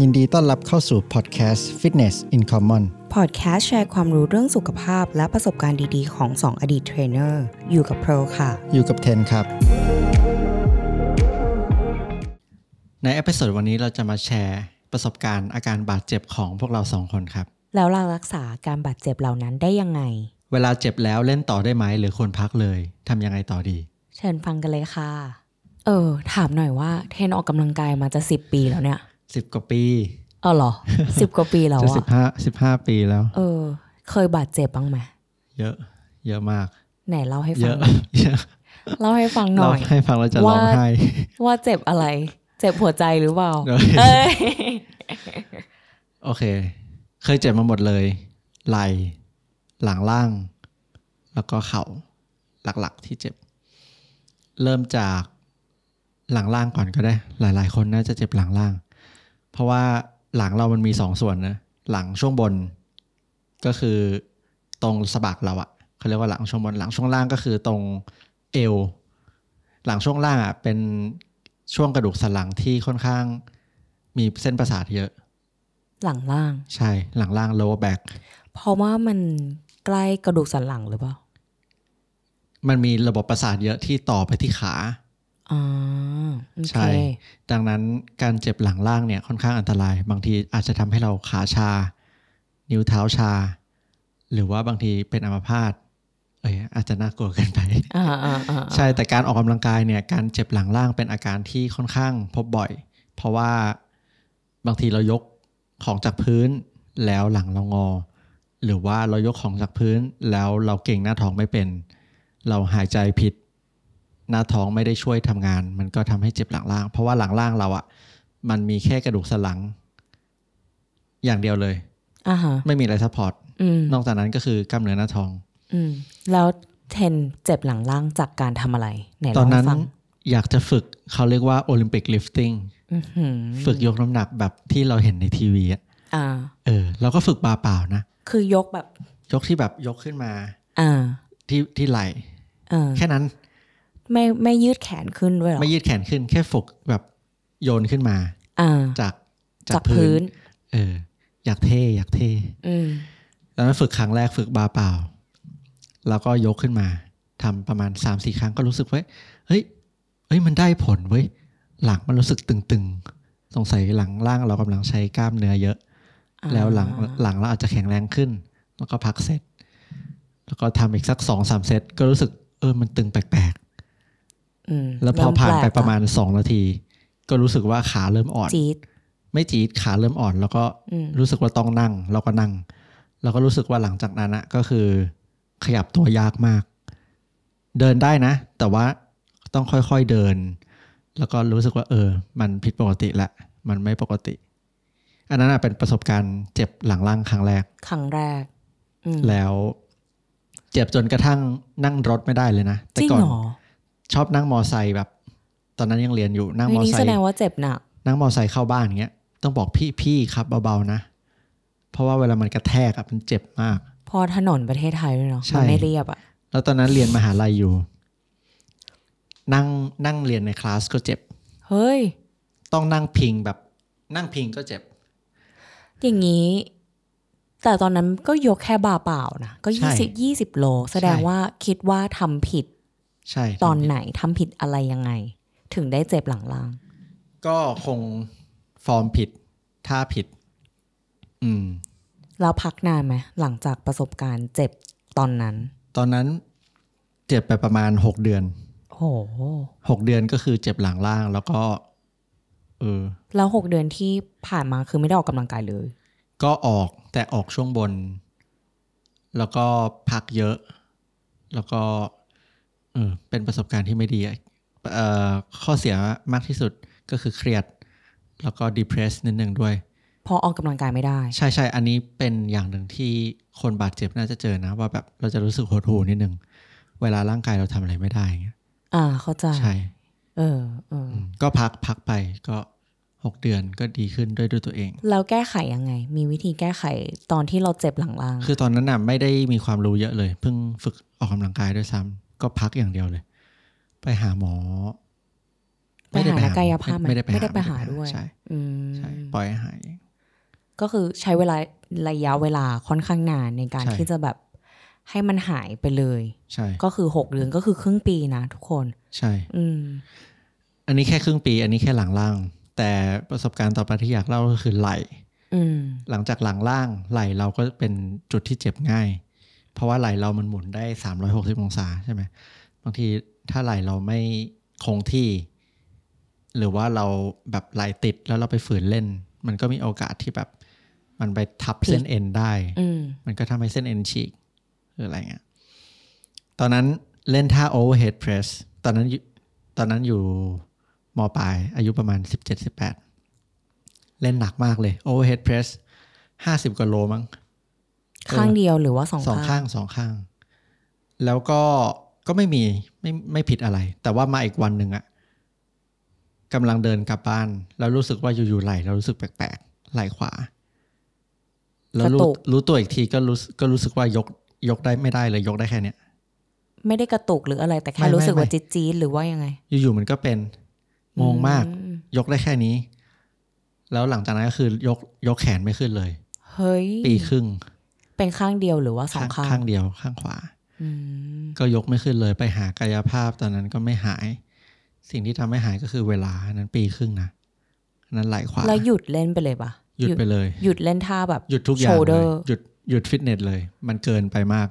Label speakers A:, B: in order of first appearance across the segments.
A: ยินดีต้อนรับเข้าสู่พอดแคสต์ Fitness in Common
B: พอดแคสต์แชร์ความรู้เรื่องสุขภาพและประสบการณ์ดีๆ ของ 2 อดีตเทรนเนอร์ อยู่กับโปรค่ะ
A: อยู่กับเทนครับ ในเอพิโซดวันนี้เราจะมาแชร์ประสบการณ์อาการบาดเจ็บของพวกเราสองคนครับ
B: แล้วเรารักษาการบาดเจ็บเหล่านั้นได้ยังไง
A: เวลาเจ็บแล้วเล่นต่อได้ไหมหรือควรพักเลยทำยังไงต่อดี
B: เชิญฟังกันเลยค่ะ เออ ถามหน่อยว่าเทรนออกกำลังกายมาจะ 10 ปีแล้วเนี่ย
A: 10 กว่าปี
B: เออเหรอ 10 กว่าปีแล้ว
A: จะ
B: อะ
A: 15 15 ปีแล้ว
B: เออ เคยบาดเจ็บบ้างไหม
A: เยอะ เยอะมาก
B: ไหนเล่าให้
A: เย
B: ฟัง
A: อะ
B: หน่อย
A: เยอะ
B: เล่าให้ฟังห
A: เรา
B: น่อย
A: ให้ฟังเราจะร้อง
B: ว่า
A: ไห้
B: ว่าเจ็บอะไร เจ็บหัวใจหรือเปล่า
A: เดี๋ยว
B: เอ้ย
A: โอเค เคยเจ็บมาหมดเลย ไหล่หลังล่าง แล้วก็เข่าหลักๆที่เจ็บ เริ่มจากหลังล่างก่อนก็ได้ หลาย ๆ คนน่าจะเจ็บหลังล่าง เพราะว่าหลังเรามันมีสองส่วนนะหลังช่วงบน ก็คือตรงสะบักเราอะเขาเรียกว่าหลังช่วงบนหลังช่วงล่างก็คือตรงเอว หลังช่วงล่างอะเป็นช่วงกระดูกสันหลังที่ค่อนข้างมีเส้นประสาทเยอะ
B: หลังล่าง
A: ใช่ หลังล่าง lower back
B: เพราะว่ามันใกล้กระดูกสันหลังหรือเปล่า
A: มันมีระบบประสาทเยอะที่ต่อไปที่ขา
B: อ่าโอเค
A: ใช่ ดังนั้นการเจ็บหลังล่างเนี่ยค่อนข้างอันตราย บางทีอาจจะทำให้เราขาชา นิ้วเท้าชา หรือว่าบางทีเป็นอัมพาตเอ้ยอาจจะน่ากลัวเกินไป
B: อ่าอ่าอ่า
A: ใช่แต่การออกกำลังกายเนี่ยการเจ็บหลังล่างเป็นอาการที่ค่อนข้างพบบ่อย เพราะว่าบางทีเรายกของจากพื้นแล้วหลังเรางอ หรือว่าเรายกของจากพื้นแล้วเราเก่งหน้าท้องไม่เป็น เราหายใจผิด หน้าท้องไม่ได้ช่วยทำงาน มันก็ทำให้เจ็บหลังล่าง เพราะว่าหลังล่างเราอะมันมีแค่กระดูกสันหลัง อย่างเดียวเลย
B: อ่าฮะ
A: ไม่มีอะไรซัพพอร์ต
B: อืม
A: นอกจากนั้นก็คือกล้ามเนื้อหน้าท้อง
B: อืมแล้วเทนเจ็บหลังล่างจากการทำอะไร ไหน
A: ตอ
B: เล่าน ให้
A: นั้น
B: ฟัง
A: อยากจะฝึกเขาเรียกว่าโอลิมปิกลิฟติ้ง
B: อื้อหือ
A: ฝึกยกน้ำหนักแบบที่เราเห็นในทีวีอะ
B: อ่า
A: เออ เราก็ฝึกบาเปล่านะ
B: คือยกแบบ
A: ยกที่แบบยกขึ้นมา
B: อ่า
A: ที่ที่ไหล่
B: อ่า
A: แค่นั้น
B: ไม่ไม่ยืดแขนขึ้นด้วยเหรอ
A: ไม่ยืดแขนขึ้น แค่ฝึกแบบโยนขึ้นมา
B: อ่า
A: จาก
B: จากพื้น
A: เออ อยากเท่อยากเท่
B: อืม
A: ตอนนั้นฝึกครั้งแรกฝึกบาเปล่า แล้วก็ยกขึ้นมาทำประมาณ3ามสี่ครั้งก็รู้สึกว่าเฮ้ยเฮ้ยมันได้ผลเว้ยหลังมันรู้สึกตึงๆ สงสัยหลังล่างเรากำลังใช้กล้ามเนื้อเยอะ
B: อ่า
A: แล้วหลังหลังเราอาจจะแข็งแรงขึ้น แล้วก็พักเซตแล้วก็ทำอีกสักสองสามเซตก็รู้สึกเออมันตึงแปลก
B: อืม
A: ๆ แล้วพอ
B: เม
A: ผ่านไป
B: แลก
A: ประมาณสองนาที ก็รู้สึกว่าขาเริ่มอ่อน
B: จี๊ด
A: ไม่จีดขาเริ่มอ่อน แล้วก็
B: อืม
A: รู้สึกว่าต้องนั่ง แล้วก็นั่ง แล้วก็รู้สึกว่าหลังจากนั้นอะก็คือ ขยับตัวยากมาก เดินได้นะ แต่ว่าต้องค่อยๆเดิน แล้วก็รู้สึกว่า เออ มันผิดปกติละมันไม่ปกติ อันนั้นอะเป็นประสบการณ์เจ็บหลังล่างครั้งแรก
B: ครั้งแรก อืม
A: แล้วเจ็บจนกระทั่งนั่งรถไม่ได้เลยนะ แต่
B: จริง
A: ก่อน
B: เหรอ
A: ชอบนั่งมอไซค์แบบ ตอนนั้นยังเรียนอยู่นั่ง
B: เฮ้ย
A: มอ
B: นี่
A: ไซ
B: แส
A: ค์
B: ดงว่าเจ็บหนัก
A: นั่งมอไซค์เข้าบ้านอย่างเงี้ยต้องบอกพี่พี่ครับเบาๆนะ เพราะว่าเวลามันกระแทกอะมันเจ็บมาก
B: เพอถนนประเทศไทยด้วยเนาะ
A: ใช่
B: มันไม่เรียบอ่ะ
A: แล้วตอนนั้นเรียนมหาลัยอยู่ นั่งนั่งเรียนในคลาสก็เจ็บ
B: เฮ้ย
A: ต้องนั่งพิงแบบนั่งพิงก็เจ็บ
B: อย่างนี้ แต่ตอนนั้นก็ยกแค่บาเปล่านะ ก็
A: ใช่
B: ยี่สิบยี่สิบโล แสดง
A: ใช่
B: ว่าคิดว่าทำผิด
A: ใช่
B: ตอนไหนทำผิดอะไรยังไง ถึงได้เจ็บหลังล่าง
A: ก็คงฟอร์มผิดท่าผิด อืม
B: แล้วพักนานไหมหลังจากประสบการณ์เจ็บตอนนั้น
A: ตอนนั้นเจ็บไปประมาณหกเดือน
B: โห
A: หกเดือนก็คือเจ็บหลังล่างแล้วก็เออ
B: แล้วหกเดือนที่ผ่านมาคือไม่ได้ออกกำลังกายเลย
A: ก็ออกแต่ออกช่วงบน แล้วก็พักเยอะ แล้วก็เออเป็นประสบการณ์ที่ไม่ดีอะเอ่อข้อเสียมากที่สุดก็คือเครียด แล้วก็ depressed นิดนึงด้วย
B: พอออกกำลังกายไม่ได้
A: ใช่ใช่ อันนี้เป็นอย่างหนึ่งที่คนบาดเจ็บน่าจะเจอนะ ว่าแบบเราจะรู้สึกหดหู่นิดนึง เวลาร่างกายเราทำอะไรไม่ได้อย่างเงี้ย
B: อ่า เข้าใจ
A: ใช่
B: เออเอออ
A: ก็พักพักไปก็หกเดือนก็ดีขึ้นด้วยด้วยตัวเอง
B: แล้วแก้ไขยังไง มีวิธีแก้ไขตอนที่เราเจ็บหลังล่าง
A: คือตอนนั้นน่ะไม่ได้มีความรู้เยอะเลย เพิ่งฝึกออกกำลังกายด้วยซ้ำก็พักอย่างเดียวเลย ไปหาหมอ
B: ไปหานักกายภาพไหม
A: ไม่ได้ไป
B: ไม่ได้ไปหา
A: ม่
B: ด้วย
A: ใช่
B: อืม
A: ใช่ปล่อยให้หาย
B: ก็คือใช้เวลาระยะเวลาค่อนข้างนานในการ
A: ใช่
B: ที่จะแบบให้มันหายไปเลย
A: ใช่
B: ก็คือหกเดือนก็คือครึ่งปีนะทุกคน
A: ใช่
B: อืม
A: อันนี้แค่ครึ่งปี อันนี้แค่หลังล่าง แต่ประสบการณ์ต่อไปที่อยากเล่าก็คือไหล
B: อืม
A: หลังจากหลังล่างไหลเราก็เป็นจุดที่เจ็บง่าย เพราะว่าไหลเรามันหมุนได้ 360 องศาใช่ไหมบางทีถ้าไหลเราไม่คงที่ หรือว่าเราแบบไหลติดแล้วเราไปฝืนเล่น มันก็มีโอกาสที่แบบมันไปทับเส้นเอ็นได้
B: อืม
A: มันก็ทำให้เส้นเอ็นฉีกหรืออะไรเงี้ย ตอนนั้นเล่นท่า overhead press ตอนนั้นอยู่ตอนนั้นอยู่มปลาย อายุประมาณ 17-18 เล่นหนักมากเลย overhead press 50กว่าโลมั้ง
B: ข้างเดียวหรือว่าสอง
A: สอง
B: ข้าง
A: ข้างสองข้าง แล้วก็ก็ไม่มีไม่ไม่ผิดอะไร แต่ว่ามาอีกวันหนึ่งอะกำลังเดินกลับบ้าน แล้วรู้สึกว่าอยู่ๆไหลเรารู้สึกแปลกๆไหลขวา แล้วรู้
B: กระตุก
A: รู้ตัวอีกทีก็รู้สึกก็รู้สึกว่ายกยกได้ไม่ได้เลยยกได้แค่เนี้ย
B: ไม่ได้กระตุกหรืออะไรแต่แค่
A: ไม่
B: รู้สึก
A: ไม่
B: ว่า
A: ไม่
B: จี๊ดจี๊ดๆหรือว่ายังไง
A: อยู่ๆมันก็เป็นงงมาก
B: อืม
A: ยกได้แค่นี้ แล้วหลังจากนั้นก็คือยกยกแขนไม่ขึ้นเลย
B: เฮ้ย
A: ปีครึ่ง
B: เป็นข้างเดียวหรือว่าสองข้าง
A: ข้างเดียวข้างขวา
B: อืม
A: ก็ยกไม่ขึ้นเลยไปหากายภาพตอนนั้นก็ไม่หาย สิ่งที่ทำให้หายก็คือเวลาอันนั้นปีครึ่งนะอันนั้นไหลขวา
B: แล้วหยุดเล่นไปเลยปะ
A: หยุดไปเลย
B: หยุดเล่นท่าแบบ
A: หยุดทุกอย่างเลย
B: shoulder
A: หยุดหยุดฟิตเนสเลย มันเกินไปมาก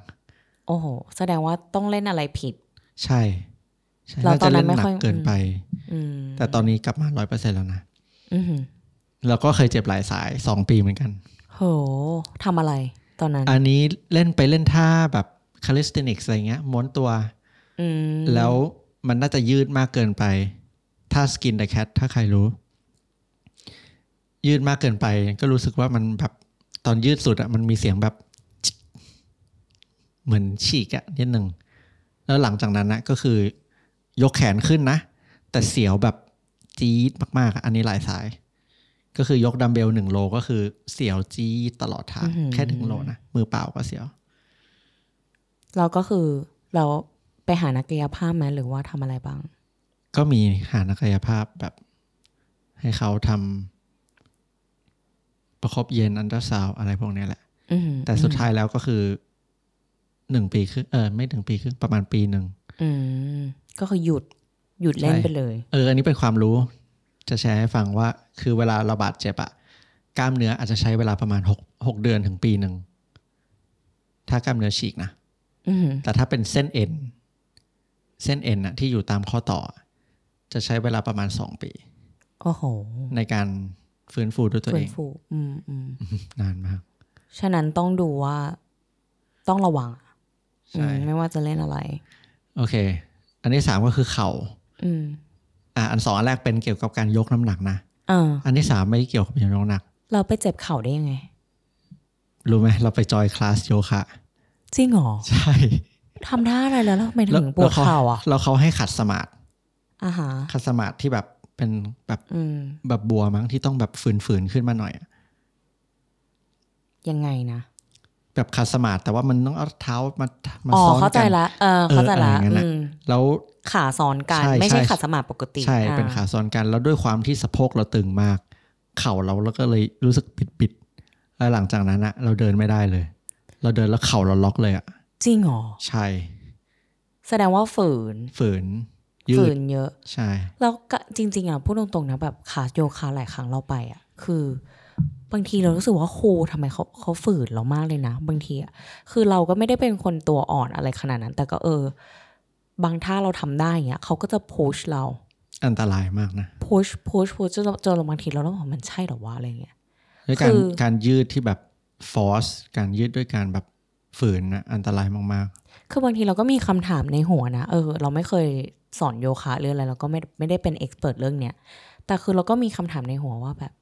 B: โอ้โห แสดงว่าต้องเล่นอะไรผิด
A: ใช่ใช่
B: เราตอนนั้น
A: จะเล่ห
B: ไม่ค่อย
A: เกินไป
B: อืม
A: แต่ตอนนี้กลับมาร้อยเปอร์เซ็นแล้วนะ
B: อือหือ
A: เราก็เคยเจ็บหลายสายสองปีเหมือนกัน
B: โหทำอะไรตอนนั้น
A: อันนี้เล่นไปเล่นท่าแบบคาลิสตินิกส์อะไรเงี้ยม้วนตัว
B: อืม
A: แล้วมันน่าจะยืดมากเกินไป ถ้าสกิน h e แคทถ้าใครรู้ ยืดมากเกินไป ก็รู้สึกว่ามันแบบตอนยืดสุดอะมันมีเสียงแบบจิ๊กเหมือนฉีกอะนิดหนึ่ง แล้วหลังจากนั้นนะก็คือยกแขนขึ้นนะ แต่เสียวแบบจี๊ดมากๆอะอันนี้หลายสาย ก็คือยกดัมเบลหนึ่งโลก็คือเสียวจี๊ดตลอดทางแค่หนึ่งโลนะมือเปล่าก็เสียว
B: เราก็คือเราไปหานักกายภาพไหมหรือว่าทำอะไรบ้าง
A: ก็มีหานักกายภาพแบบ ให้เขาทำประคบเย็นอันตราซาวอะไรพวกเนี้ยแหละ
B: อือหือ
A: แต่สุดท้ายแล้วก็คือหนึ่งปีครึ่งเออไม่ถึงปีครึ่งประมาณปีหนึ่ง
B: อืมก็คือหยุดหยุดเล่น
A: ใช่
B: ไปเลย
A: เออ อันนี้เป็นความรู้ จะแชร์ให้ฟังว่า คือเวลาเราบาดเจ็บอะกล้ามเนื้ออาจจะใช้เวลาประมาณหกหกเดือนถึงปีหนึ่ง ถ้ากล้ามเนื้อฉีกนะ
B: อือหือ
A: แต่ถ้าเป็นเส้นเอ็น เส้นเอ็นอะที่อยู่ตามข้อต่อ จะใช้เวลาประมาณสองปี
B: โอ้โห
A: ในการฟื้นฟูด้วยตัว
B: ฟื้
A: เอน ง
B: ฟูอืมอืม
A: นานมาก
B: ฉะนั้นต้องดูว่าต้องระวัง
A: ใช่
B: อืมไม่ว่าจะเล่นอะไร
A: โอเค อันที่สามก็คือเข่า
B: อืม
A: อ่ะอันสองอันแรกเป็นเกี่ยวกับการยกน้ำหนักนะ
B: อ่า
A: อันที่สามไม่เกี่ยวกับยกน้ำหนัก
B: เราไปเจ็บเข่าได้ยังไง
A: รู้ไหมเราไปจอยคลาสโยคะ
B: จริงเหรอ
A: ใช่
B: ทำท่าอะไรแล้วแล้วทำไมถึงปวดเข่าอ่ะ
A: แล้วเขาให้ขัดสมาธิ
B: อ่าฮะ
A: ขัดสมาธิที่แบบเป็นแบบ
B: อืม
A: แบบบัวมั้งที่ต้องแบบฝืนๆขึ้นมาหน่อยอะ
B: ยังไงนะ
A: แบบขัดสมาธิแต่ว่ามันต้องเอาเท้ามามา
B: อ๋อ
A: ซ้อน
B: เข้าใจ
A: กัน
B: ละ เออ เข้าใจละ
A: เอออะไรอย่างนั้นน่ะ
B: อืม
A: แล้ว
B: ขาซ้อนกัน
A: ใช่
B: ไม่ใช่
A: ใช่
B: ขาสมาธิปกติ
A: ใช่เป็น
B: อ่
A: ขาซ้อนกัน แล้วด้วยความที่สะโพกเราตึงมาก เข่าเราแล้วก็เลยรู้สึกบิดบิดๆแล้วหลังจากนั้นอะเราเดินไม่ได้เลย เราเดินแล้วเข่าเราล็อกเลยอะ
B: จริงเหรอ
A: ใช่
B: แสดงว่าฝืน
A: ฝืน ยื
B: ฝื
A: ด
B: นเยอะ
A: ใช่
B: แล้วก็จริง ๆอ่ะพูดตรงๆนะแบบขาโยคะหลายครั้งเราไปอ่ะ คือ บางทีเรารู้สึกว่าครูทำไมเขาเขาฝืนเรามากเลยนะ บางทีอ่ะคือเราก็ไม่ได้เป็นคนตัวอ่อนอะไรขนาดนั้น แต่ก็เออ บางท่าเราทำได้อย่างเงี้ยเขาก็จะ push เรา
A: อันตรายมากนะ
B: push push push จนจนบางทีเราต้องบอกมันใช่เหรอวะอะไรอย่างเงี้ย
A: ด้วยการ
B: คือ
A: การยืดที่แบบ force การยืดด้วยการแบบฝืนนะอันตรายมาก
B: คือบางทีเราก็มีคำถามในหัวนะ เออ เราไม่เคยสอนโยคะหรืออะไรเราก็ไม่ไม่ได้เป็นเอ็กซ์เพรสเรื่องเนี้ย แต่คือเราก็มีคำถามในหัวว่าแบบ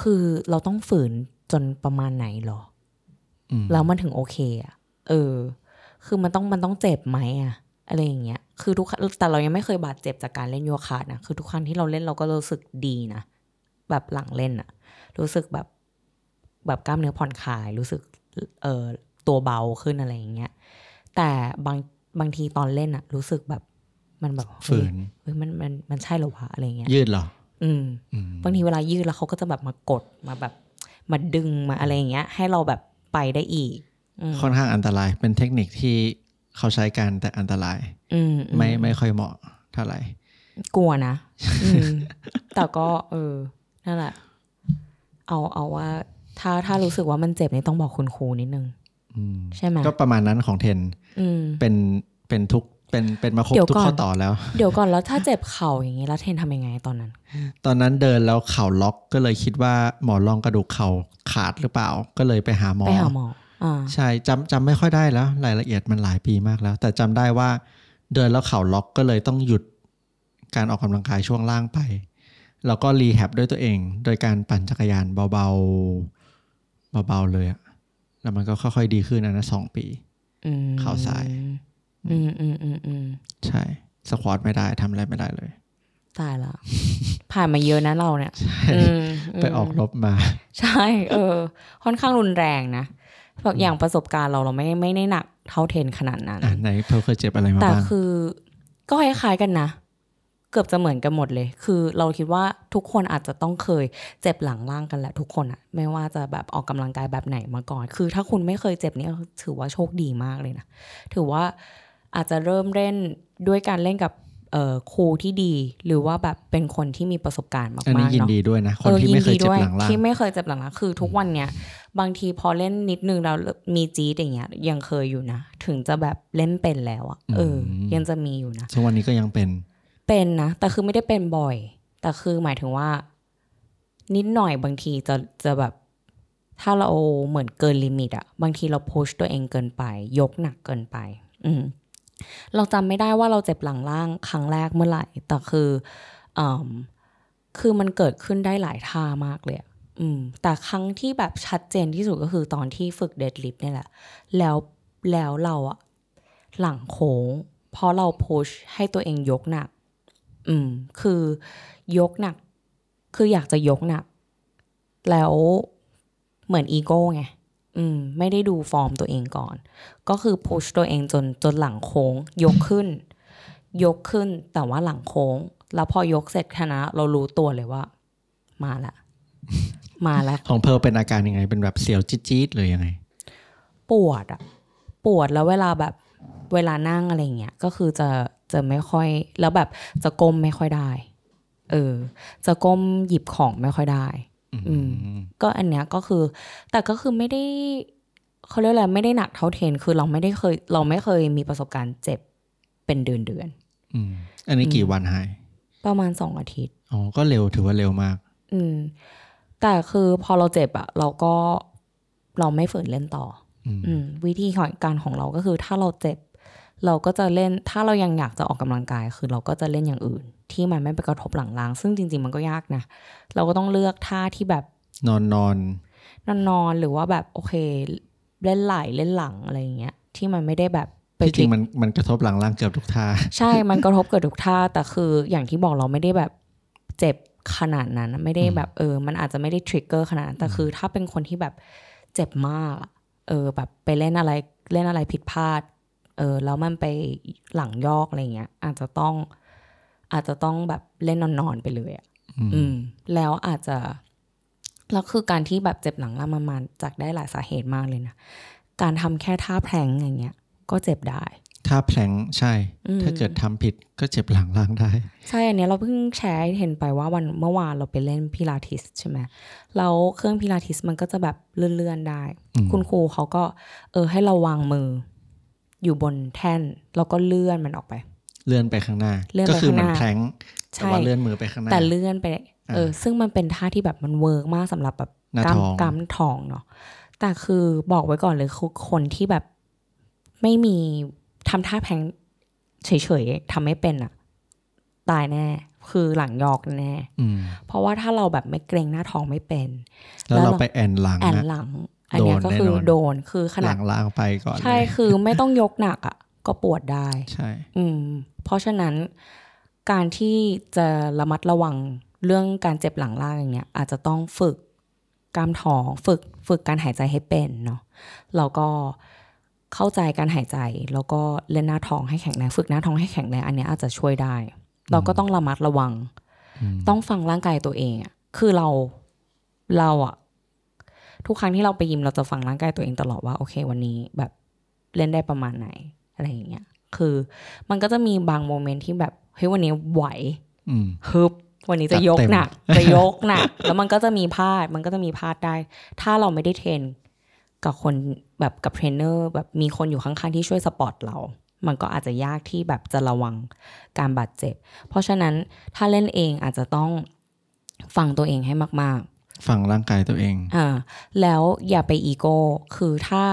B: คือเราต้องฝืนจนประมาณไหนหรอ
A: ๆอืม
B: แล้วมันถึงโอเคอะเออ คือมันต้องมันต้องเจ็บไหมอะอะไรอย่างเงี้ย คือทุกครั้งแต่เรายังไม่เคยบาดเจ็บจากการเล่นโยคะนะ คือทุกครั้งที่เราเล่นเราก็รู้สึกดีนะ แบบหลังเล่นอะรู้สึกแบบแบบกล้ามเนื้อผ่อนคลาย รู้สึกเออตัวเบาขึ้นอะไรอย่างเงี้ย แต่บางบางทีตอนเล่นอะรู้สึกแบบมันแบบเฮ้
A: ฝื
B: ย
A: น
B: เฮ้ยมันมันมันใช่เหรอวะอะไรเงี้ย
A: ยืดเหรอ
B: อืม
A: อืม
B: บางทีเวลายืดแล้วเขาก็จะแบบมากดมาแบบ มาดึงมาอะไรอย่างเงี้ย ให้เราแบบไปได้อีก อืม
A: ค่อนข้างอันตราย เป็นเทคนิคที่เขาใช้กันแต่อันตราย
B: อืมอืม
A: ไม่ไม่ค่อยเหมาะเท่าไหร่
B: กลัว นะ อืม แต่ก็ เออ นั่นแหละ เอาเอาว่า ถ้าถ้ารู้สึกว่ามันเจ็บนี่ต้องบอกคุณครูนิดนึง
A: อืม
B: ใช่ไหม
A: ก็ประมาณนั้นของเทน
B: อืม
A: เป็นเป็นทุกเป็นเป็นมาครบ
B: เดี๋ยว
A: ทุกข้
B: ก่
A: อ
B: อน
A: ต่อแล้ว
B: เดี๋ยวก่อนแล้วถ้าเจ็บเข่าอย่างนี้แล้วเทนทำยังไงตอนนั้น
A: ตอนนั้นเดินแล้วเข่าล็อกก็เลยคิดว่าหมอนรองกระดูกเข่าขาดหรือเปล่า ก็เลยไปหาหมอ
B: ไปหาหมอ อ่า
A: ใช่จำจำไม่ค่อยได้แล้ว รายละเอียดมันหลายปีมากแล้ว แต่จำได้ว่าเดินแล้วเข่าล็อกก็เลยต้องหยุดการออกกำลังกายช่วงล่างไป แล้วก็รีแฮบด้วยตัวเอง โดยการปั่นจักรยานเบาๆเบาๆเลยอะแล้วมันก็ค่อยๆดีขึ้นอันนะสองปี
B: อืม
A: เข่าซ้าย
B: อืมอืมอืมอืม
A: ใช่สควอตไม่ได้ทำอะไรไม่ได้เลย
B: ตาย ละ ผ่านมาเยอะนะเราเนี่ยอืมม
A: ไปออกรบมา
B: ใช่ เออ ค่อนข้างรุนแรงนะแบบอย่างประสบการณ์เราเราไม่ไม่ได้หนักเท่าเทนขนาดนั้น
A: อ่ะไหนเพลเคยเจ็บอะไรมา
B: แต่
A: บ้าง
B: คือก็คล้ายๆกันนะ เกือบจะเหมือนกันหมดเลย คือเราคิดว่าทุกคนอาจจะต้องเคยเจ็บหลังล่างกันแหละทุกคนอะไม่ว่าจะแบบออกกำลังกายแบบไหนมาก่อน คือถ้าคุณไม่เคยเจ็บเนี่ยถือว่าโชคดีมากเลยนะ ถือว่าอาจจะเริ่มเล่นด้วยการเล่นกับเอ่อครูที่ดี หรือว่าแบบเป็นคนที่มีประสบการณ์มากๆ
A: อันนี้ยิน
B: เนาะ
A: ดีด้วยนะ คนที่ไม่เคยเจ็บหลัง
B: ออน
A: ล่าง
B: ที่ไม่เคยเจ็บหลังล่างคือทุกวันเนี้ยบางทีพอเล่นนิดนึงแล้วมีจี๊ดอย่างเงี้ย ยังเคยอยู่นะ ถึงจะแบบเล่นเป็นแล้วอะเอออ
A: ม
B: ยังจะมีอยู่นะ
A: ทุกวันนี้ก็ยังเป็น
B: เป็นนะ แต่คือไม่ได้เป็นบ่อย แต่คือหมายถึงว่า นิดหน่อยบางทีจะจะแบบ ถ้าเราเหมือนเกินลิมิตอะบางทีเราพุชตัวเองเกินไป ยกหนักเกินไป อืมเราจำไม่ได้ว่าเราเจ็บหลังล่างครั้งแรกเมื่อไหร่ แต่คืออมคือมันเกิดขึ้นได้หลายท่ามากเลยอะอืม แต่ครั้งที่แบบชัดเจนที่สุดก็คือตอนที่ฝึกเดดลิฟต์เนี่ยแหละ แล้วแล้วเราอะหลังโค้งเพราะเราพุชให้ตัวเองยกหนัก อืม คือยกหนัก คืออยากจะยกหนัก แล้วเหมือนอีโก้ไง อืม ไม่ได้ดูฟอร์มตัวเองก่อน ก็คือพุชตัวเองจนจนหลังโค้ง ยกขึ้น ยกขึ้น แต่ว่าหลังโค้ง แล้วพอยกเสร็จคณะ เรารู้ตัวเลยว่า มาละ มาละ
A: ของเพลเป็นอาการยังไง เป็นแบบเสียวจี๊ดๆหรือยังไง
B: ปวดอะปวดแล้วเวลาแบบเวลานั่งอะไรอย่างเงี้ยก็คือจะจะไม่ค่อย แล้วแบบจะก้มไม่ค่อยได้ เออ จะก้มหยิบของไม่ค่อยได้ อืม ก็อันเนี้ยก็คือ แต่ก็คือไม่ได้เขาเรียกอะไรไม่ได้หนักเท่าเทน คือเราไม่ได้เคย เราไม่เคยมีประสบการณ์เจ็บเป็นเดือนเดือน
A: อืมอันนี้กี่วันหาย
B: ๆประมาณสองอาทิตย์
A: อ๋อ ก็เร็วถือว่าเร็วมาก
B: อืม แต่คือพอเราเจ็บอะเราก็เราไม่ฝืนเล่นต่อ
A: อืม
B: อืมวิธีของการของเราก็คือถ้าเราเจ็บ เราก็จะเล่นถ้าเรายังอยากจะออกกำลังกาย คือเราก็จะเล่นอย่างอื่น ที่มันไม่ไปกระทบหลังล้าง ซึ่งจริง ๆ มันก็ยากนะ เราก็ต้องเลือกท่าที่แบบ
A: นอนนอน
B: นอนๆหรือว่าแบบโอเค เล่นไหล่เล่นหลังอะไรอย่างเงี้ย ที่มันไม่ได้แบบไป
A: ที่จ
B: พลิ
A: ริ
B: ก
A: งมันมันกระทบหลังล่างเกือบทุกท่า
B: ใช่ มันกระทบกับทุกท่า แต่คืออย่างที่บอกเราไม่ได้แบบเจ็บขนาดนั้น ไม่ได้แบบเออ มันอาจจะไม่ได้ทริกเกอร์ขนาดนั้น แต่คือถ้าเป็นคนที่แบบเจ็บมากอะเออ แบบไปเล่นอะไรเล่นอะไรผิดพลาด เออ แล้วมันไปหลังยอกอะไรเงี้ย อาจจะต้อง อาจจะต้องแบบเล่นนอนๆไปเลยอะ
A: อืม
B: อืมแล้วอาจจะแล้วคือการที่แบบเจ็บหลังล่างมันมาจากได้หลายสาเหตุมากเลยนะ การทำแค่ท่าแพลงอย่างเงี้ย ก็เจ็บได้
A: ถ้าแผลงใช่
B: อืม
A: ถ้าเกิดทำผิดก็เจ็บหลังล่างได้
B: ใช่ อันเนี้ยเราเพิ่งแชร์ให้เห็นไปว่าวันเมื่อวานเราไปเล่นพิลาทิสใช่ไหมแล้วเครื่องพิลาทิสมันก็จะแบบเลื่อนๆได้
A: อืม
B: คุณครูเขาก็ เออให้เราวางมือ อยู่บนแท่น แล้วก็เลื่อนมันออกไป
A: เลื่อนไปข้างหน้า
B: เลื่อนไป
A: ก็คืเหมือน
B: ข้างหน้า
A: แผลง
B: ใช่
A: แต่ว่าเลื่อนมือไปข้างหน้า
B: แต่เลื่อนไป เออ ซึ่งมันเป็นท่าที่แบบมันเวิร์กมากสำหรับแบบ
A: หน้ากท้อง
B: ล้ามกล้ามทองเนาะ แต่คือบอกไว้ก่อนเลยคือคนที่แบบไม่มีทำท่าแพลงเฉยๆทำไม่เป็นอะตายแน่ คือหลังยอกแน่
A: อืม
B: เพราะว่าถ้าเราแบบไม่เกรงหน้าท้องไม่เป็น
A: แล้ว
B: แล้ว
A: เรา
B: เรา
A: ไปแอนหลัง
B: แอน
A: นะ
B: หลัง อันเนี้ยก็คือ
A: โดนแน่นอน
B: โดนคือข
A: ห
B: นา
A: ลั
B: ด
A: งล่างไปก่อน
B: ใช่
A: เลย
B: คือไม่ต้องยกหนักอ่ะ ก็ปวดได้
A: ใช่
B: อืม เพราะฉะนั้นการที่จะระมัดระวังเรื่องการเจ็บหลังล่างอย่างเงี้ย อาจจะต้องฝึกกล้ามท้องฝึกฝึกการหายใจให้เป็นเนาะแล้วก็เข้าใจการหายใจ แล้วก็เล่นหน้าท้องให้แข็งแรงฝึกหน้าท้องให้แข็งแรงอันเนี้ยอาจจะช่วยได้ เราก็ต้องระมัดระวัง
A: อืม
B: ต้องฟังร่างกายตัวเองอะคือเราเราอะ ทุกครั้งที่เราไปยิมเราจะฟังร่างกายตัวเองตลอดว่าโอเค วันนี้แบบเล่นได้ประมาณไหนอะไรอย่างเงี้ยคือมันก็จะมีบางโมเมนต์ที่แบบเฮ้ยวันนี้ไหว
A: อืม
B: ฮึบวันนี้จะยก
A: จัดเต็ม
B: หนั ก จะยกหนัก แล้วมันก็จะมีพลาด มันก็จะมีพลาดได้ ถ้าเราไม่ได้เทรนกับคนแบบกับเทรนเนอร์แบบมีคนอยู่ข้างๆที่ช่วยสปอร์ตเรา มันก็อาจจะยากที่แบบจะระวังการบาดเจ็บ เพราะฉะนั้นถ้าเล่นเองอาจจะต้องฟังตัวเองให้มาก ๆ
A: ฟังร่างกายตัวเอง
B: อ่าแล้วอย่าไปอีโก้ คือถ้า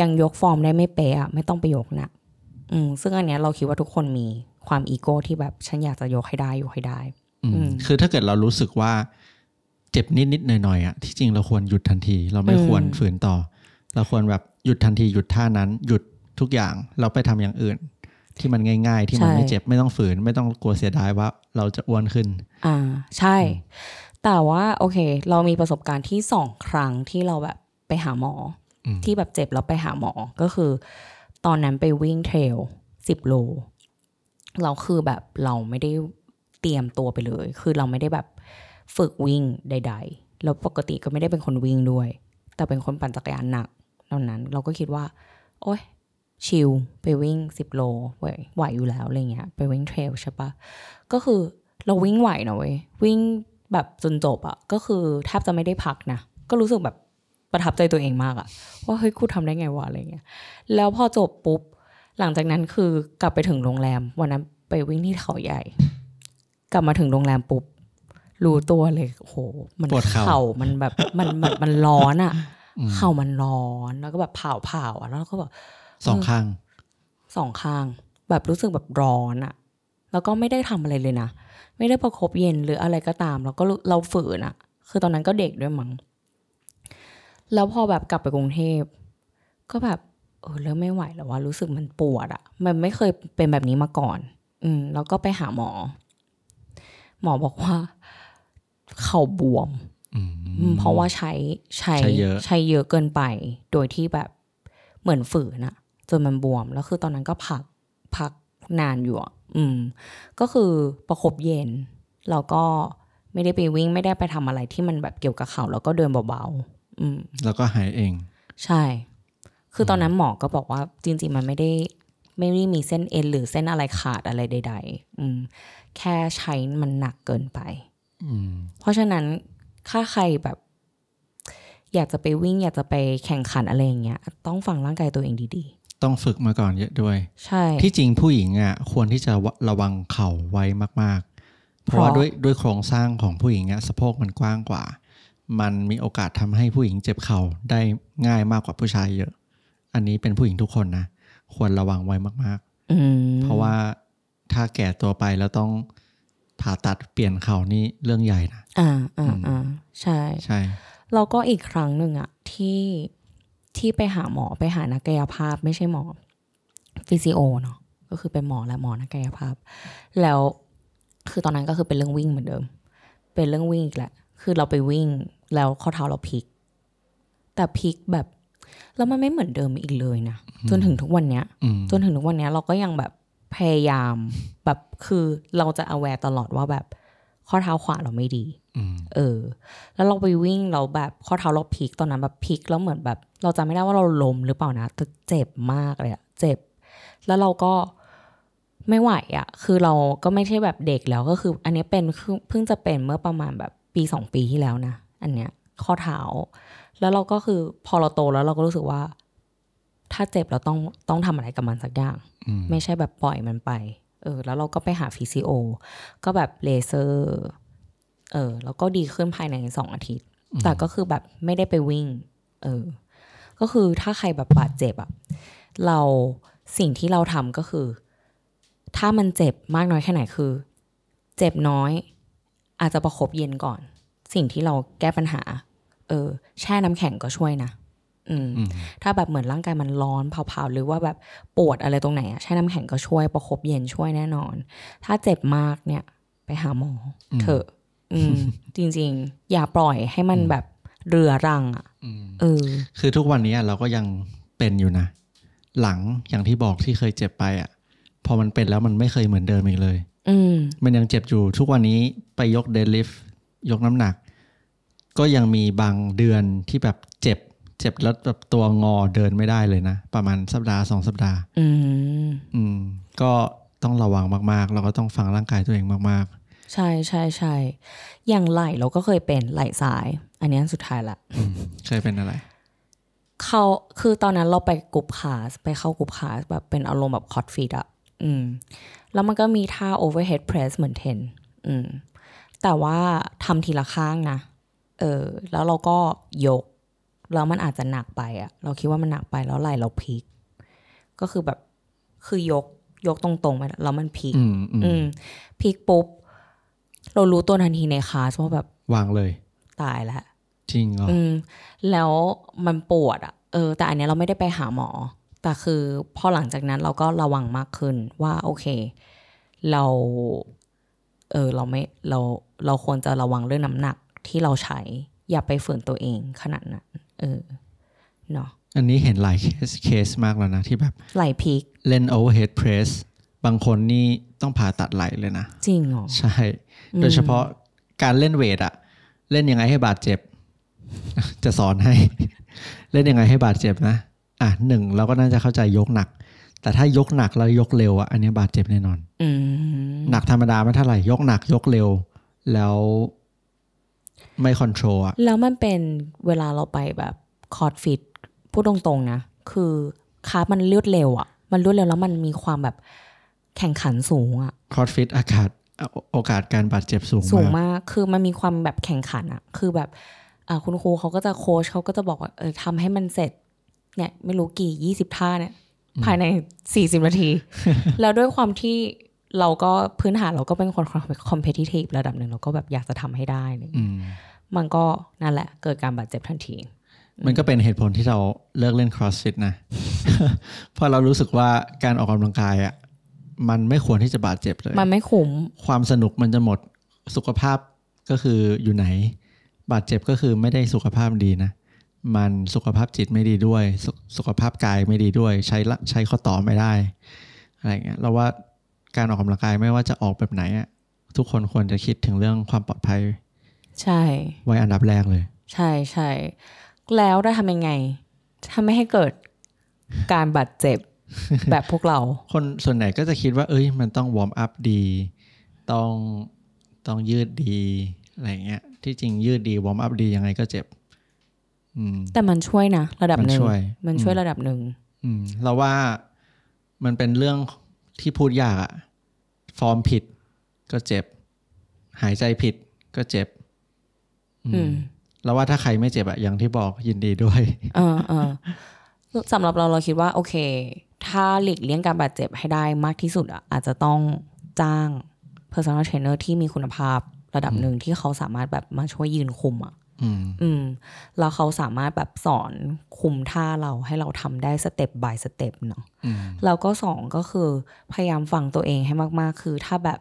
B: ยังยกฟอร์มได้ไม่เป๊ะอะไม่ต้องไปยกหนักอืมซึ่งอันเนี้ยเราคิดว่าทุกคนมีความอีโก้ที่แบบฉันอยากจะยกให้ได้ยกให้ได้
A: อืม
B: อืม
A: คือถ้าเกิดเรารู้สึกว่าเจ็บนิดนิดๆหน่อยหน่อยๆอะที่จริงเราควรหยุดทันที เราไม่
B: อืม
A: ควรฝืนต่อ เราควรแบบหยุดทันทีหยุดท่านั้น หยุดทุกอย่างเราไปทำอย่างอื่น ที่มันง่าย ๆ ที่มันไม่เจ็บไม่ต้องฝืน ไม่ต้องกลัวเสียดายว่าเราจะอ้วนขึ้น
B: อ่าใช่ แต่ว่าโอเค เรามีประสบการณ์ที่สองครั้งที่เราแบบไปหาหมออ
A: ม
B: ที่แบบเจ็บแล้วไปหาหมอก็คือ ตอนนั้นไปวิ่งเทรลสิบโล เราคือแบบเราไม่ได้เตรียมตัวไปเลย คือเราไม่ได้แบบฝึกวิ่งใด ๆ แล้วปกติก็ไม่ได้เป็นคนวิ่งด้วย แต่เป็นคนปั่นจักรยานหนักตอนนั้น เราก็คิดว่า โอ๊ยชิลไปวิ่งสิบโลเว้ยไหวอยู่แล้วอะไรเงี้ยไปวิ่งเทรลใช่ปะ ก็คือเราวิ่งไหวนะเว้ยวิ่งแบบจนจบอะก็คือแทบจะไม่ได้พักนะ ก็รู้สึกแบบประทับใจตัวเองมากอะว่าเฮ้ยกูทำได้ไงวะอะไรเงี้ยแล้วพอจบปุ๊บ หลังจากนั้นคือกลับไปถึงโรงแรม วันนั้นไปวิ่งที่เขาใหญ่ กลับมาถึงโรงแรมปุ๊บ รู้ตัวเลยโอ้โหมัน
A: ปวดเข่า
B: เข่ามันแบบมันมันมันร้อนอะเข่ามันร้อนแล้วก็แบบเผาเผาๆอะแล้วเราก็แบบ
A: สองข้าง
B: สองข้าง แบบรู้สึกแบบร้อนอะแล้วก็ไม่ได้ทำอะไรเลยนะ ไม่ได้ประคบเย็นหรืออะไรก็ตาม แล้วก็รู้เราฝืนอะคือตอนนั้นก็เด็กด้วยมั้งแล้วพอแบบกลับไปกรุงเทพ ก็แบบเออเริ่มไม่ไหวแล้วว่ารู้สึกมันปวดอะมันไม่เคยเป็นแบบนี้มาก่อน อืม แล้วก็ไปหาหมอ หมอบอกว่า เข่าบวม
A: อืม
B: อืมเพราะว่าใช้ใช้
A: ใช้เยอะ
B: ใช้เยอะเกินไป โดยที่แบบเหมือนฝืนอะจนมันบวม แล้วคือตอนนั้นก็พักพักนานอยู่อะอืม ก็คือประคบเย็น แล้วก็ไม่ได้ไปวิ่งไม่ได้ไปทำอะไรที่มันแบบเกี่ยวกับเข่าแล้วก็เดินเบาๆอืม
A: แล้วก็หายเอง
B: ใช่ คือตอนนั้นหมอก็บอกว่าจริงๆ มันไม่ได้ไม่ได้มีเส้นเอ็นหรือเส้นอะไรขาดอะไรใด ๆ อืม แค่ใช้มันหนักเกินไป
A: อืม
B: เพราะฉะนั้นถ้าใครแบบ อยากจะไปวิ่ง อยากจะไปแข่งขันอะไรอย่างเงี้ย ต้องฟังร่างกายตัวเองดี
A: ต้องฝึกมาก่อนเยอะด้วย
B: ๆ ใช่
A: ที่จริงผู้หญิงอ่ะควรที่จะระวังเข่าไว้มาก ๆ เพราะว่า
B: เพราะ
A: ด้วยด้วยโครงสร้างของผู้หญิงอ่ะสะโพกมันกว้างกว่า มันมีโอกาสทำให้ผู้หญิงเจ็บเข่าได้ง่ายมากกว่าผู้ชายเยอะ อันนี้เป็นผู้หญิงทุกคนนะควรระวังไว้มาก
B: อืม
A: ๆ เพราะว่าถ้าแก่ตัวไปแล้วต้องผ่าตัดเปลี่ยนเข่านี่เรื่องใหญ่นะ
B: อ่าอ่าอ่าใช่
A: ใช่
B: แล้วก็อีกครั้งหนึ่งอะที่ที่ไปหาหมอไปหานักกายภาพ ไม่ใช่หมอฟิสิโอเนาะก็คือเป็นหมอและหมอนักกายภาพ แล้วคือตอนนั้นก็คือเป็นเรื่องวิ่งเหมือนเดิม เป็นเรื่องวิ่งอีกแหละ คือเราไปวิ่งแล้วข้อเท้าเราพลิก แต่พลิกแบบแล้วมันไม่เหมือนเดิมอีกเลยนะจนถึงทุกวันเนี้ย
A: อืม
B: จนถึงทุกวันเนี้ยเราก็ยังแบบพยายามแบบคือเราจะ aware ตลอดว่าแบบข้อเท้าขวาเราไม่ดี
A: อืม
B: เออ แล้วเราไปวิ่งเราแบบข้อเท้าเราพลิกตอนนั้นแบบพลิกแล้วเหมือนแบบ เราจำไม่ได้ว่าเราล้มหรือเปล่านะแต่เจ็บมากเลยอะเจ็บ แล้วเราก็ไม่ไหวอะคือเราก็ไม่ใช่แบบเด็กแล้วก็คือ อันเนี้ยเป็นคือเพิ่งจะเป็นเมื่อประมาณแบบปีสองปีที่แล้วนะอันเนี้ยข้อเท้า แล้วเราก็คือพอเราโตแล้วเราก็รู้สึกว่า ถ้าเจ็บเราต้องต้องทำอะไรกับมันสักอย่าง
A: อืม
B: ไม่ใช่แบบปล่อยมันไป เออ แล้วเราก็ไปหาฟิสิโอ ก็แบบเลเซอร์ เออ แล้วก็ดีขึ้นภายในสองอาทิตย์ แต่ก็คือแบบไม่ได้ไปวิ่ง เออ ก็คือถ้าใครแบบบาดเจ็บอะเราสิ่งที่เราทำก็คือ ถ้ามันเจ็บมากน้อยแค่ไหนคือ เจ็บน้อย อาจจะประคบเย็นก่อน สิ่งที่เราแก้ปัญหา เออ แช่น้ำแข็งก็ช่วยนะ อืม
A: อืม
B: ถ้าแบบเหมือนร่างกายมันร้อนเผาๆหรือว่าแบบปวดอะไรตรงไหนอะใช้น้ำแข็งก็ช่วยประคบเย็นช่วยแน่นอน ถ้าเจ็บมากเนี่ย ไปหาหมออเถอะ อืม จริงๆ อย่าปล่อยให้มันแบบเรือรังอะ
A: อืม
B: เออ
A: คือทุกวันนี้เราก็ยังเป็นอยู่นะ หลังอย่างที่บอกที่เคยเจ็บไปอ่ะ พอมันเป็นแล้วมันไม่เคยเหมือนเดิมอีกเลย
B: อืม
A: มันยังเจ็บอยู่ทุกวันนี้ไปยกเดลิฟยกน้ำหนัก ก็ยังมีบางเดือนที่แบบเจ็บ เจ็บแล้วแบบตัวงอเดินไม่ได้เลยนะ ประมาณสัปดาห์สองสัปดาห์
B: อืม
A: อืม ก็ต้องระวังมากๆ แล้วก็ต้องฟังร่างกายตัวเองมาก
B: ใช่ใช่ใช่อย่างไหลเราก็เคยเป็นไหลซ้าย อันนี้อันสุดท้ายละ
A: ๆอืมเคยเป็นอะไร
B: เขาคือตอนนั้นเราไปกลุ่มคลาสไปเข้ากลุ่มคลาสแบบเป็นอารมณ์แบบคอร์ดฟีดอะอืม แล้วมันก็มีท่า overhead press เหมือนเทนอืม แต่ว่าทำทีละข้างนะ เออ แล้วเราก็ยก แล้วมันอาจจะหนักไปอะเราคิดว่ามันหนักไปแล้วไหลเราพลิก ก็คือแบบคือยกยกตรงๆไปแล้วมันพลิก
A: อืมอืม
B: อืมพลิกปุ๊บ เรารู้ตัวทันทีในคลาสว่าแบบ
A: วางเลย
B: ตายแล้ว
A: จริงเหรอ
B: อืมแล้วมันปวดอะ่ะเออ แต่อันเนี้ยเราไม่ได้ไปหาหมอ แต่คือพอหลังจากนั้นเราก็ระวังมากขึ้นว่าโอเค เรา เออเราไม่เราเราควรจะระวังเรื่องน้ำหนักที่เราใช้ อย่าไปฝืนตัวเองขนาดนั้นเออเนาะ
A: อันนี้เห็นหลายเคสเคสมากแล้วนะ ที่แบบ
B: ไหลพลิก
A: เล่น overhead press บางคนนี่ต้องผ่าตัดไหลเลยนะ
B: จริงเหรอ
A: ใช่ โดยเฉพาะการเล่นเวทอะเล่นยังไงให้บาดเจ็บ จะสอนให้ เล่นยังไงให้บาดเจ็บนะ อ่ะหนึ่งเราก็น่าจะเข้าใจยกหนัก แต่ถ้ายกหนักแล้วยกเร็วอะอันเนี้ยบาดเจ็บแน่นอน
B: อืม
A: หนักธรรมดาไม่เท่าไหร่ยกหนักยกเร็ว แล้วไม่คอนโทรลอะ
B: แล้วมันเป็นเวลาเราไปแบบคอร์ดฟิตพูดตรงๆนะ คือคาร์บมันเลือดเร็วอะ่ะ มันเลือดเร็วแล้วมันมีความแบบแข่งขันสูงอ่ะ
A: คอร์ดฟิตอากาศโอกาสการบาดเจ็บสูง
B: สูง
A: มาก
B: มาก คือมันมีความแบบแข่งขันอะคือแบบอ่าคุณครูเขาก็จะโค้ชเขาก็จะบอกว่าเออทำให้มันเสร็จ เนี่ย ไม่รู้กี่ยี่สิบท่าเนี่ย ภายในสี่สิบ นาที แล้วด้วยความที่เราก็พื้นฐานเราก็เป็นคนคอมเพติทีฟระดับหนึ่งเราก็แบบอยากจะทำให้ได้เนี่ย
A: อืม
B: มันก็นั่นแหละ เกิดการบาดเจ็บทันที
A: มันก็เป็นเหตุผลที่เราเลิกเล่น CrossFit นะ เพราะเรารู้สึกว่าการออกกำลังกายอะมันไม่ควรที่จะบาดเจ็บเลย
B: มันไม่คุ้ม
A: ความสนุกมันจะหมดสุขภาพก็คืออยู่ไหน บาดเจ็บก็คือไม่ได้สุขภาพดีนะ มันสุขภาพจิตไม่ดีด้วยสสุขภาพกายไม่ดีด้วย ใช้ละใช้ข้อต่อไม่ได้อะไรอย่างเงี้ยเราว่าการออกกำลังกายไม่ว่าจะออกแบบไหนอะทุกคนควรจะคิดถึงเรื่องความปลอดภัย
B: ใช่
A: ไว้อันดับแรกเลย
B: ใช่ใช่ แล้วได้ทำยังไงถ้าไม่ให้เกิดการบาดเจ็บ แบบพวกเรา
A: คนส่วนใหญ่ก็จะคิดว่า เอ้ย มันต้องวอร์มอัพดี ต้องต้องยืดดี อะไรอย่างเงี้ย ที่จริงยืดดี วอร์มอัพดียังไงก็เจ็บ อืม
B: แต่มันช่วยนะ ระดับห
A: มั
B: นึ่ง
A: นช่วย
B: มันช่วยระดับหนึ่ง
A: อืมเราว่ามันเป็นเรื่องที่พูดยากอะฟอร์มผิดก็เจ็บ หายใจผิดก็เจ็บ อืม
B: อืม
A: เราว่าถ้าใครไม่เจ็บอะอย่างที่บอกยินดีด้วย
B: เออเออสำหรับเราเราคิดว่า โอเค ถ้าหลีกเลี่ยงการบาดเจ็บให้ได้มากที่สุดอะอาจจะต้องจ้าง personal trainer ที่มีคุณภาพระดับหนึ่งที่เขาสามารถแบบมาช่วยยืนคุมอะ
A: อืม
B: อืม แล้วเขาสามารถแบบสอนคุมท่าเราให้เราทำได้สเต็ป by สเต็ปเนาะ
A: อืม
B: แล้วก็สองก็คือพยายามฟังตัวเองให้มาก ๆ คือถ้าแบบ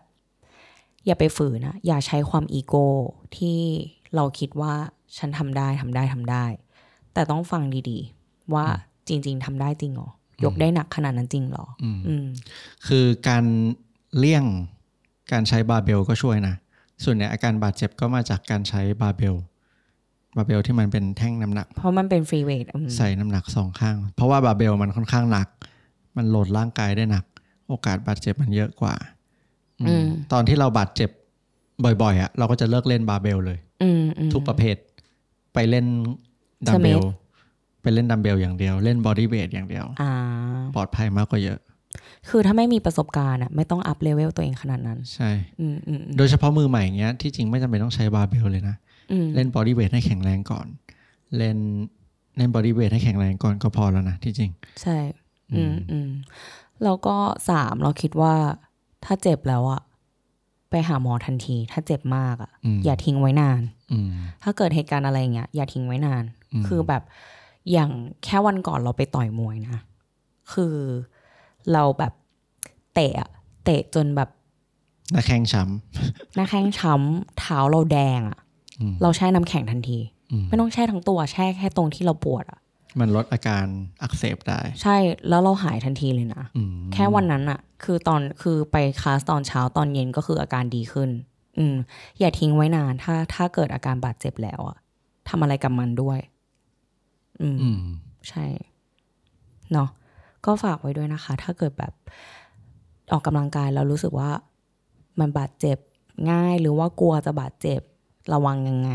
B: อย่าไปฝืนนะ อย่าใช้ความอีโก้ที่เราคิดว่าฉันทำได้ทำได้ทำได้ แต่ต้องฟังดีๆ ว่าจริง ๆทำได้จริงเหรอ ยกได้หนักขนาดนั้นจริงเหรอ
A: อืม
B: อืม
A: คือการเลี่ยงการใช้บาร์เบลก็ช่วยนะ ส่วนเนี่ยอาการบาดเจ็บก็มาจากการใช้บาร์เบล บาร์เบลที่มันเป็นแท่งน้ำหนัก
B: เพราะมันเป็นฟรีเวทอืม
A: ใส่น้ำหนักสองข้าง เพราะว่าบาร์เบลมันค่อนข้างหนัก มันโหลดร่างกายได้หนัก โอกาสบาดเจ็บมันเยอะกว่าอืม
B: อืม
A: ตอนที่เราบาดเจ็บบ่อยๆอะเราก็จะเลิกเล่นบาร์เบลเลย
B: อืมอืม
A: ทุกประเภท ไปเล่นดัมเบล
B: สเมท
A: ไปเล่นดัมเบลอย่างเดียว เล่นบอดี้เวทอย่างเดียว
B: อ่า
A: ปลอดภัยมากกว่าเยอะ
B: คือถ้าไม่มีประสบการณ์อะไม่ต้องอัพเลเวลตัวเองขนาดนั้น
A: ใช่
B: อืมอืมอืม
A: โดยเฉพาะมือใหม่อย่างเงี้ยที่จริงไม่จำเป็นต้องใช้บาร์เบลเลยนะ
B: อืม
A: เล่นบอดี้เวทให้แข็งแรงก่อน เล่นเล่นบอดี้เวทให้แข็งแรงก่อนก็พอแล้วนะที่จริง
B: ใช่ อืมอืมแล้วก็สามเราคิดว่าถ้าเจ็บแล้วอะไปหาหมอทันที ถ้าเจ็บมากอะ
A: อืม
B: อย่าทิ้งไว้นาน
A: อืม
B: ถ้าเกิดเหตุการณ์อะไรอย่างเงี้ยอย่าทิ้งไว้นาน
A: อืม
B: คือแบบอย่างแค่วันก่อนเราไปต่อยมวยนะคือเราแบบเตะอะเตะจนแบบ
A: หน้าแข้งช้ำ
B: หน้าแข้งช้ำเท้าเราแดงอะ
A: อืม
B: เราแช่น้ำแข็งทันที
A: อืม
B: ไม่ต้องแช่ทั้งตัวแช่แค่ตรงที่เราปวดอะ
A: มันลดอาการอักเสบได้
B: ใช่แล้วเราหายทันทีเลยนะ
A: อืม
B: แค่วันนั้นอะคือตอนคือไปคลาสตอนเช้าตอนเย็นก็คืออาการดีขึ้น อืม อย่าทิ้งไว้นาน ถ้าถ้าเกิดอาการบาดเจ็บแล้วอะ ทำอะไรกับมันด้วย อืม
A: อืม
B: ใช่ เนาะก็ฝากไว้ด้วยนะคะ ถ้าเกิดแบบออกกำลังกายแล้วรู้สึกว่ามันบาดเจ็บง่ายหรือว่ากลัวจะบาดเจ็บระวังยังไง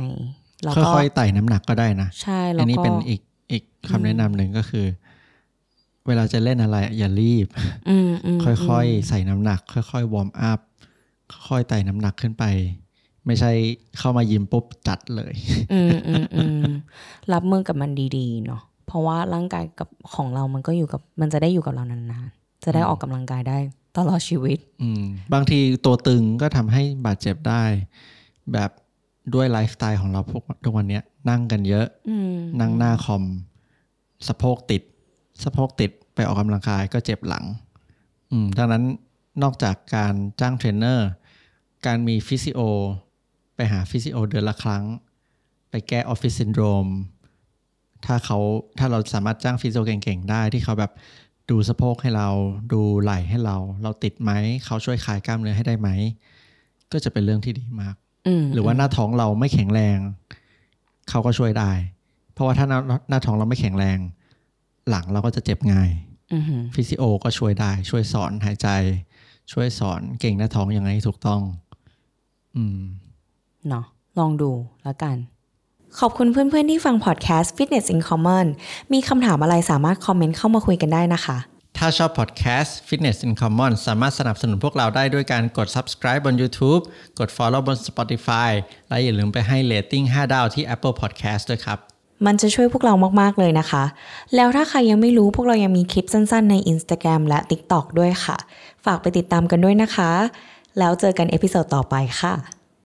B: แล้วก็
A: ค่อยๆไต่น้ำหนักก็ได้นะ
B: ใช่
A: อั
B: แล้
A: น
B: ว
A: นี้
B: ก็
A: เป็นอีกอีกคำแนะนำหนึ่งก็คือ เวลาจะเล่นอะไรอย่ารีบ
B: อืมอืม
A: ค่อยๆ ใส่น้ำหนัก ค่อยๆ วอร์มอัพ ค่อยๆ ไต่น้ำหนักขึ้นไป ไม่ใช่เข้ามายิมปุ๊บจัดเลย
B: อืมอืมอืมรับมือกับมันดีๆเนาะเพราะว่าร่างกายกับของเรามันก็อยู่กับ มันจะได้อยู่กับเรานานๆจะได้ออกกำลังกายได้ตลอดชีวิต
A: อืมบางทีตัวตึงก็ทำให้บาดเจ็บได้ แบบด้วยไลฟ์สไตล์ของเราพวกทุกวันเนี้ย นั่งกันเยอะ
B: อืม
A: นั่งหน้าคอม สะโพกติด สะโพกติดไปออกกำลังกายก็เจ็บหลัง อืมดังนั้นนอกจากการจ้างเทรนเนอร์ การมีฟิสิโอ ไปหาฟิสิโอเดือนละครั้ง ไปแก้ออฟฟิศซินโดรม ถ้าเขาถ้าเราสามารถจ้างฟิสิโอเก่งๆ ได้ที่เขาแบบดูสะโพกให้เราดูไหล่ให้เรา เราติดไหม เขาช่วยคลายกล้ามเนื้อให้ได้ไหม ก็จะเป็นเรื่องที่ดีมาก
B: อืม
A: หรือว่าหน้าท้องเราไม่แข็งแรง เขาก็ช่วยได้ เพราะว่าถ้าหน้าหน้าท้องเราไม่แข็งแรง หลังเราก็จะเจ็บง่าย
B: อืม
A: ฟิสิโอก็ช่วยได้ ช่วยสอนหายใจ ช่วยสอนเก่งหน้าท้องยังไงให้ถูกต้อง อืม
B: เนาะลองดูแล้วกัน ขอบคุณเพื่อนๆที่ฟังพอดแคสต์ Fitness in Common มีคำถามอะไรสามารถคอมเมนต์เข้ามาคุยกันได้นะคะ
A: ถ้าชอบพอดแคสต์ Fitness in Common สามารถสนับสนุนพวกเราได้ด้วยการกด subscribe บน YouTube กด follow บน Spotify และอย่าลืมไปให้เ a ตติ้ง5ดาวที่ Apple Podcast ด้วยครับ
B: มันจะช่วยพวกเรามาก ๆ เลยนะคะ แล้วถ้าใครยังไม่รู้พวกเรายังมีคลิปสั้น ๆ ใน Instagram และ TikTok ด้วยค่ะ ฝากไปติดตามกันด้วยนะคะ แล้วเจอกันเอพิโซดต่อไปค่ะ